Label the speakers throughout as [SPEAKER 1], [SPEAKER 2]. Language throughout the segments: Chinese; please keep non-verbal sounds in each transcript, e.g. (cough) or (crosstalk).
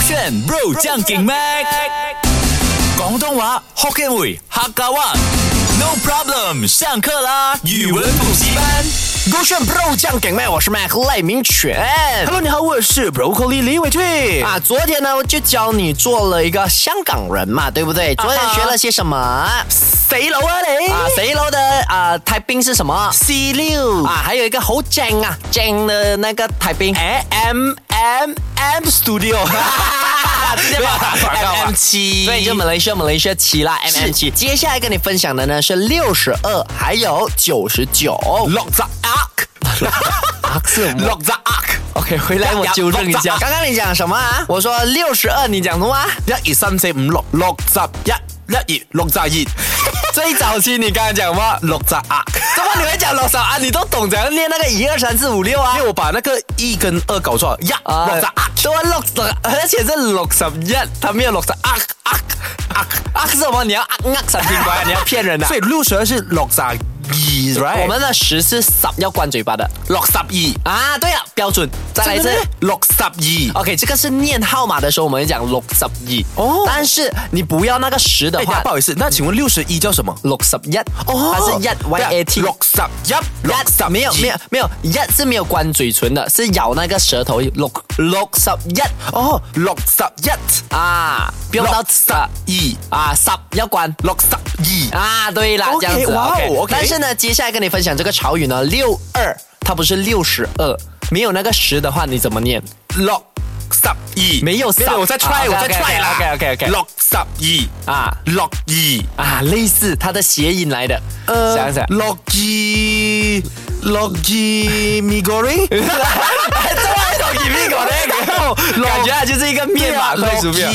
[SPEAKER 1] 选 Bro 将劲 Mac，广东话 Hokkien 语客家话。No problem，上课啦！语文补习班。
[SPEAKER 2] 勾选 Bro 酱梗麦，我是 Mac 赖明全。
[SPEAKER 3] Hello，你好，我是 Broccoli 李伟俊。
[SPEAKER 2] 啊，昨天呢我就教你做了一个香港人嘛，对不对？昨天学了些什么？啊，
[SPEAKER 3] 谁楼啊你？
[SPEAKER 2] 谁楼的啊台冰是什么？啊，
[SPEAKER 3] C 六
[SPEAKER 2] 还有一个好正啊正的那个台冰，
[SPEAKER 3] 哎，M M M
[SPEAKER 2] (laughs)
[SPEAKER 3] Studio，直接把它广告啊
[SPEAKER 2] M 七，对，就马来西亚马来西亚七啦，M M 七。接下来跟你分享的呢是六十二，还有九十九。
[SPEAKER 3] 六十 arc，六十 arc，
[SPEAKER 2] (laughs) OK，回来我纠正一下。刚刚你讲什么啊？我说六十二，你讲什么啊？
[SPEAKER 3] 一二三四五六，六十一，一二六十二，
[SPEAKER 2] 最早期你刚刚讲什么？
[SPEAKER 3] 六十 arc。
[SPEAKER 2] 怎么你会讲多少啊？你都懂怎样念那个一二三四五六啊
[SPEAKER 3] 因？为我把那个一跟二搞错了，呀，
[SPEAKER 2] 啊
[SPEAKER 3] 六十 arc，
[SPEAKER 2] 对啊，六十，而且是六十一，他没有六十二啊啊啊！是什么？你要啊啊神经怪，你要骗人
[SPEAKER 3] (laughs)
[SPEAKER 2] 的、
[SPEAKER 3] 所以六十二是六十二，right？
[SPEAKER 2] 我们的十是十要关嘴巴的
[SPEAKER 3] 六十二，
[SPEAKER 2] 啊，对了，标准，再来一次
[SPEAKER 3] 真。的咩六十二。
[SPEAKER 2] OK，这个是念号码的时候，我们会讲六十一。
[SPEAKER 3] 哦
[SPEAKER 2] 但是你不要那个十的
[SPEAKER 3] 哎，
[SPEAKER 2] 话
[SPEAKER 3] 那不，好意思，那请问六十一叫什么？
[SPEAKER 2] 六十一，它是一 Y A T。
[SPEAKER 3] 啊六十一，六十
[SPEAKER 2] 没有没有没有，一是没有关嘴唇的，是咬那个舌头六六十一
[SPEAKER 3] 哦，六十一，
[SPEAKER 2] 啊，不用到十
[SPEAKER 3] 一
[SPEAKER 2] 啊十要关
[SPEAKER 3] 六十二，
[SPEAKER 2] 啊，对啦，
[SPEAKER 3] OK，
[SPEAKER 2] 这样子
[SPEAKER 3] 哇哦 OK
[SPEAKER 2] 但是呢，接下来跟你分享这个潮语呢，六二它不是六十二，没有那个十的话你怎么念？
[SPEAKER 3] 六十二，
[SPEAKER 2] 没有十
[SPEAKER 3] 我再 try，
[SPEAKER 2] 啊
[SPEAKER 3] 我再 try 啦
[SPEAKER 2] OK，OK，OK，OK，OK
[SPEAKER 3] 六十二
[SPEAKER 2] 啊
[SPEAKER 3] 六二，
[SPEAKER 2] 啊，类似它的谐音来的，想一想。
[SPEAKER 3] 六二六二米果林，
[SPEAKER 2] (laughs) 感觉它就是一个 (laughs) 面嘛，
[SPEAKER 3] 六
[SPEAKER 2] 快速面。
[SPEAKER 3] 二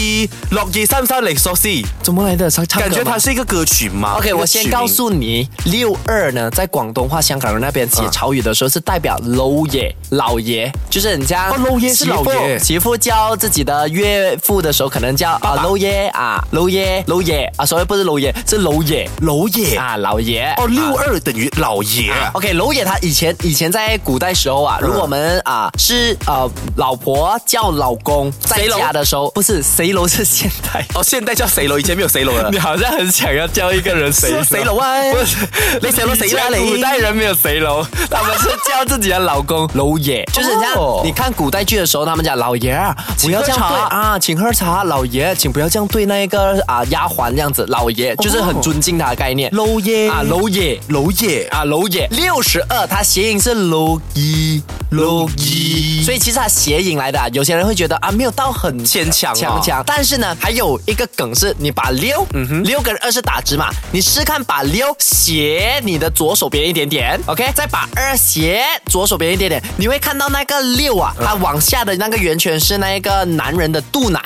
[SPEAKER 3] 六二啊三三零索四，
[SPEAKER 2] 啊怎么来的？唱唱
[SPEAKER 3] 感觉
[SPEAKER 2] 歌吗
[SPEAKER 3] 它是一个歌曲嘛
[SPEAKER 2] OK，
[SPEAKER 3] 一个
[SPEAKER 2] 我先
[SPEAKER 3] 曲名
[SPEAKER 2] 告诉你，六二呢，在广东话、香港人那边写潮语的时候是代表老爷、老爷，就是你家
[SPEAKER 3] 哦啊老爷是
[SPEAKER 2] 媳妇
[SPEAKER 3] 老爷
[SPEAKER 2] 媳妇叫自己的岳父的时候，可能叫啊老爷啊老爷老爷啊，所以不是老爷，是老爷
[SPEAKER 3] 老爷
[SPEAKER 2] 啊老爷
[SPEAKER 3] 哦，六二等于老爷，哦
[SPEAKER 2] OK，楼爷他以前以前在古代时候啊，
[SPEAKER 3] 嗯
[SPEAKER 2] 如果我们啊是呃老婆叫老公在
[SPEAKER 3] 谁楼
[SPEAKER 2] 家的时候，不是谁楼是现代。
[SPEAKER 3] 哦，现在叫谁楼？以前没有谁
[SPEAKER 2] (laughs)
[SPEAKER 3] 楼了。
[SPEAKER 2] 好像很想要叫一个人谁
[SPEAKER 3] 是谁楼啊
[SPEAKER 2] 不是，
[SPEAKER 3] 你谁楼谁啦你
[SPEAKER 2] 古代人没有谁楼，他们是叫自己的老公楼爷， (laughs) 就是这样
[SPEAKER 3] 哦。
[SPEAKER 2] 你看古代剧的时候，他们讲老爷儿，不要这样
[SPEAKER 3] 喝
[SPEAKER 2] 对
[SPEAKER 3] 茶
[SPEAKER 2] 啊，请喝茶，老爷，请不要这样对那个啊丫鬟这样子，老爷就是很尊敬他的概念。
[SPEAKER 3] 楼爷
[SPEAKER 2] 啊，楼爷，
[SPEAKER 3] 楼爷
[SPEAKER 2] 啊，楼爷六十二，它谐音是楼一楼一，所以其实它谐音来的、啊。有些人会觉得啊，没有到很
[SPEAKER 3] 牵强哦
[SPEAKER 2] 强强，但是呢，还有一个梗是，你把六、
[SPEAKER 3] 嗯
[SPEAKER 2] 六跟二是打直嘛，你试看把六斜你的左手边一点点，OK，再把二斜左手边一点点，你会看到那个六啊，它往下的那个圆圈是那个男人的肚腩，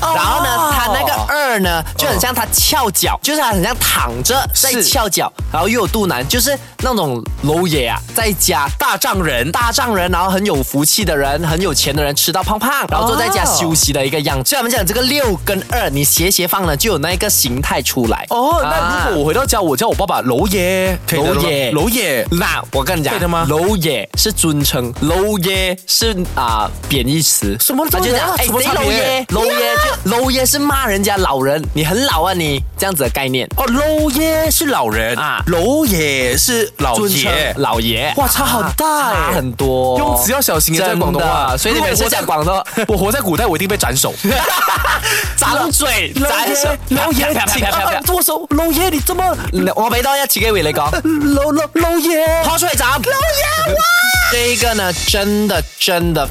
[SPEAKER 3] 哦
[SPEAKER 2] 然后呢，它那个二呢就很像它翘脚，就是它很像躺着在
[SPEAKER 3] 是
[SPEAKER 2] 翘脚，然后又有肚腩，就是那种楼爷啊，在家大丈人，大丈人，然后很有福气的人，很有钱的人，吃到胖胖，然后坐在家休息的一个样子。所以我们讲这个六跟二，你斜斜放呢，就有那一个形态出来。
[SPEAKER 3] 哦，
[SPEAKER 2] 啊
[SPEAKER 3] 那如果我回到家，我叫我爸爸楼爷，可以的
[SPEAKER 2] 楼爷
[SPEAKER 3] 楼爷，
[SPEAKER 2] 那我跟你讲，
[SPEAKER 3] 对的吗
[SPEAKER 2] 楼爷是尊称，楼爷是啊、贬义词。
[SPEAKER 3] 什么啊
[SPEAKER 2] 他就讲哎，
[SPEAKER 3] 什么
[SPEAKER 2] 谁
[SPEAKER 3] 差别
[SPEAKER 2] 楼爷，楼爷就楼爷是骂人家老人，你很老啊你，这样子的概念。
[SPEAKER 3] 哦，楼爷是老人
[SPEAKER 2] 啊
[SPEAKER 3] 楼爷是老
[SPEAKER 2] 尊称啊
[SPEAKER 3] 爷，
[SPEAKER 2] 老爷，
[SPEAKER 3] 哇，差好大
[SPEAKER 2] 差
[SPEAKER 3] 哎，
[SPEAKER 2] 很多，
[SPEAKER 3] 用词要小心
[SPEAKER 2] 啊
[SPEAKER 3] 耶，在广东
[SPEAKER 2] 哦真
[SPEAKER 3] 话，
[SPEAKER 2] 的所以你每次讲广东，
[SPEAKER 3] 如果我在，我活在古代，我一定被斩首。
[SPEAKER 2] 张嘴，
[SPEAKER 3] 楼
[SPEAKER 2] 张手
[SPEAKER 3] 爷，，楼爷，啊
[SPEAKER 2] 啪啪
[SPEAKER 3] 请
[SPEAKER 2] 啪啪啪啪
[SPEAKER 3] 握手，楼爷你这么，
[SPEAKER 2] 我俾多一次機會你講，
[SPEAKER 3] 楼楼楼爷，
[SPEAKER 2] 跑出嚟嗯斬，老爺哇！这个呢，真的真的。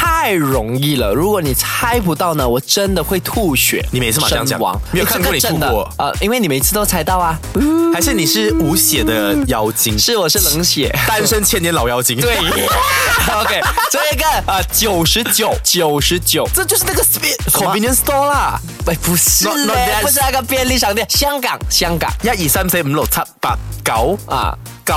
[SPEAKER 2] 太容易了，如果你猜不到呢，我真的会吐血。
[SPEAKER 3] 你每次嘛这样讲
[SPEAKER 2] 身亡
[SPEAKER 3] 没有看过你
[SPEAKER 2] 这个
[SPEAKER 3] 吐
[SPEAKER 2] 真的
[SPEAKER 3] 过
[SPEAKER 2] 呃，因为你每次都猜到啊。
[SPEAKER 3] 还是你是无血的妖精？
[SPEAKER 2] 是我是冷 (laughs) 血，
[SPEAKER 3] 单身千年老妖精。
[SPEAKER 2] (laughs) 对。OK，这个呃九十九九十九，
[SPEAKER 3] 这就是那个 speed
[SPEAKER 2] 什么
[SPEAKER 3] convenience store 啦，
[SPEAKER 2] 哎不是
[SPEAKER 3] Not- not
[SPEAKER 2] 嘞
[SPEAKER 3] that
[SPEAKER 2] 不是那个便利商店，香港香港
[SPEAKER 3] 一二三四五六七八九
[SPEAKER 2] 啊
[SPEAKER 3] 九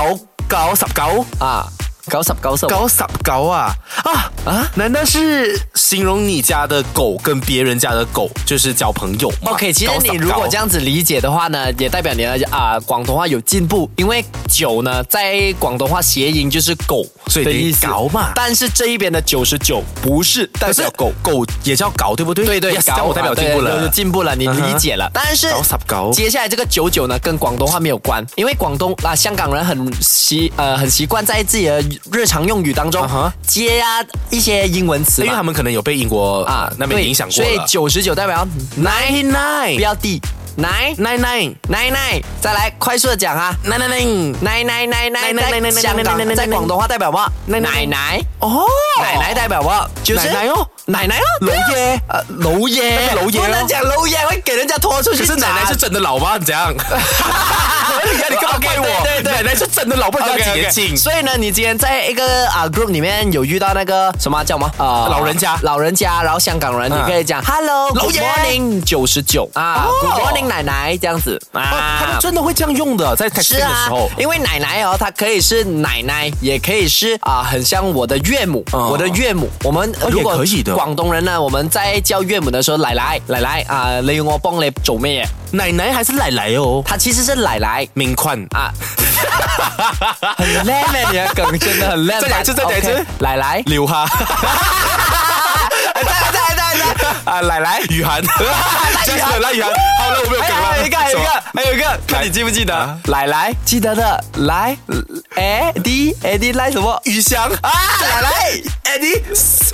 [SPEAKER 3] 九十九
[SPEAKER 2] 啊。九十九十
[SPEAKER 3] 搞傻搞啊啊啊！难道是形容你家的狗跟别人家的狗就是交朋友吗
[SPEAKER 2] OK，其实你如果这
[SPEAKER 3] 样，
[SPEAKER 2] 样子理解的话呢，也代表你的啊、广东话有进步，因为九呢在广东话谐音就是狗，
[SPEAKER 3] 所以
[SPEAKER 2] 的
[SPEAKER 3] 等于
[SPEAKER 2] 意思
[SPEAKER 3] 搞嘛
[SPEAKER 2] 但是这一边的九十九不是代
[SPEAKER 3] 可是
[SPEAKER 2] 表狗
[SPEAKER 3] 狗，狗也叫搞，对不对？
[SPEAKER 2] 对对，
[SPEAKER 3] Yes，这样我代表进步
[SPEAKER 2] 对对
[SPEAKER 3] 了
[SPEAKER 2] 对。进步了，你
[SPEAKER 3] 嗯哼
[SPEAKER 2] 理解了。但是
[SPEAKER 3] 搞十搞
[SPEAKER 2] 接下来这个九九呢，跟广东话没有关，因为广东啊，香港人很习呃很习惯在自己的日常用语当中
[SPEAKER 3] 嗯哼
[SPEAKER 2] 接呀、一些英文词
[SPEAKER 3] 因
[SPEAKER 2] 嘛，
[SPEAKER 3] 为他们可能有被英国啊那边
[SPEAKER 2] 对
[SPEAKER 3] 影响过
[SPEAKER 2] 所以
[SPEAKER 3] 了。
[SPEAKER 2] 九十九代表嗯
[SPEAKER 3] Nine
[SPEAKER 2] 不
[SPEAKER 3] nine
[SPEAKER 2] 要低奶
[SPEAKER 3] nine nine
[SPEAKER 2] 奶奶，再来快速的讲啊。
[SPEAKER 3] nine nine nine。
[SPEAKER 2] 奶奶
[SPEAKER 3] 奶
[SPEAKER 2] 奶奶
[SPEAKER 3] 奶
[SPEAKER 2] 奶
[SPEAKER 3] 奶奶
[SPEAKER 2] 香
[SPEAKER 3] 奶奶奶
[SPEAKER 2] 港
[SPEAKER 3] 奶
[SPEAKER 2] 在广东话代表嘛？奶奶奶
[SPEAKER 3] 哦，
[SPEAKER 2] 奶奶代表嘛？就是
[SPEAKER 3] 奶奶哦，
[SPEAKER 2] 奶奶哦，
[SPEAKER 3] 老爷，
[SPEAKER 2] 呃老爷，
[SPEAKER 3] 那个老爷哦
[SPEAKER 2] 不能讲老爷，会给人家拖出去
[SPEAKER 3] 可
[SPEAKER 2] 斩。
[SPEAKER 3] 是奶奶是真的老吗？你怎 (laughs) 样？你看你干嘛怪
[SPEAKER 2] OK，
[SPEAKER 3] 我？
[SPEAKER 2] 对对对
[SPEAKER 3] 奶奶是真的老，不知道几
[SPEAKER 2] OK，OK
[SPEAKER 3] 年轻。
[SPEAKER 2] 所以呢，你今天在一个啊 group 里面有遇到那个什么叫什么啊
[SPEAKER 3] 老人家
[SPEAKER 2] 老人家，然后香港人，你
[SPEAKER 3] 嗯
[SPEAKER 2] 可以讲 Hello Good
[SPEAKER 3] 爷
[SPEAKER 2] morning 九十九啊
[SPEAKER 3] 哦
[SPEAKER 2] ，Good morning 奶奶这样子
[SPEAKER 3] 啊，他
[SPEAKER 2] 啊
[SPEAKER 3] 们。真的会这样用的，在 texting
[SPEAKER 2] 是
[SPEAKER 3] 的
[SPEAKER 2] 啊
[SPEAKER 3] 时候，。
[SPEAKER 2] 因为奶奶哦，她可以是奶奶，也可以是啊、很像我的岳母，
[SPEAKER 3] 哦
[SPEAKER 2] 我的岳母。我们、
[SPEAKER 3] 哦也
[SPEAKER 2] 如果
[SPEAKER 3] 可以的
[SPEAKER 2] 广东人呢，我们在叫岳母的时候，奶奶奶奶啊、你要我帮你做咩嘢？
[SPEAKER 3] 奶奶还是奶奶哦，
[SPEAKER 2] 她其实是奶奶
[SPEAKER 3] 明宽啊，
[SPEAKER 2] 啊。很烂欸你的梗真的很烂。
[SPEAKER 3] 再讲一次再讲一次
[SPEAKER 2] OK，奶奶。
[SPEAKER 3] 刘哈
[SPEAKER 2] 哎再来再来再来再来。
[SPEAKER 3] (laughs) (laughs) 啊，奶奶雨涵，真的赖雨涵。好了，我没有梗了。
[SPEAKER 2] 还有一个，还有一
[SPEAKER 3] 什么
[SPEAKER 2] 个，还有一个，看你记不记得？奶奶记得的，来，Adi Adi 来什么？
[SPEAKER 3] 雨翔啊，
[SPEAKER 2] 奶奶。
[SPEAKER 3] 哎你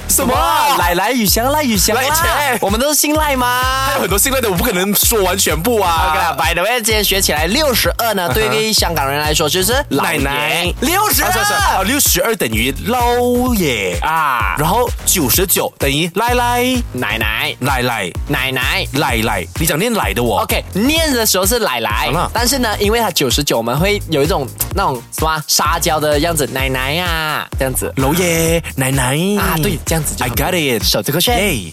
[SPEAKER 3] 什么
[SPEAKER 2] 哇，
[SPEAKER 3] 啊？
[SPEAKER 2] 奶奶雨香赖雨香
[SPEAKER 3] 赖
[SPEAKER 2] 啦
[SPEAKER 3] 切，
[SPEAKER 2] 我们都是信赖吗
[SPEAKER 3] 还有很多信赖的，我不可能说完全部啊。嗯
[SPEAKER 2] ？OK 啦，By the way，今天学起来六十二呢，对于香港人来说就是
[SPEAKER 3] 奶奶
[SPEAKER 2] 六十
[SPEAKER 3] 啊，算算
[SPEAKER 2] 二
[SPEAKER 3] 啊，六十二等于捞耶啊，
[SPEAKER 2] 啊，
[SPEAKER 3] 然后九十九等于奶奶
[SPEAKER 2] 奶奶
[SPEAKER 3] 奶奶
[SPEAKER 2] 奶奶。
[SPEAKER 3] 奶奶，你讲念奶的我。
[SPEAKER 2] OK，念的时候是奶奶
[SPEAKER 3] 好了，
[SPEAKER 2] 但是呢，因为它九十九，我们会有一种那种什么啊撒娇的样子，奶奶呀、这样子
[SPEAKER 3] 老爷奶奶
[SPEAKER 2] 啊，对，这样子就
[SPEAKER 3] ，I got it，
[SPEAKER 2] 手这个圈。
[SPEAKER 3] 耶。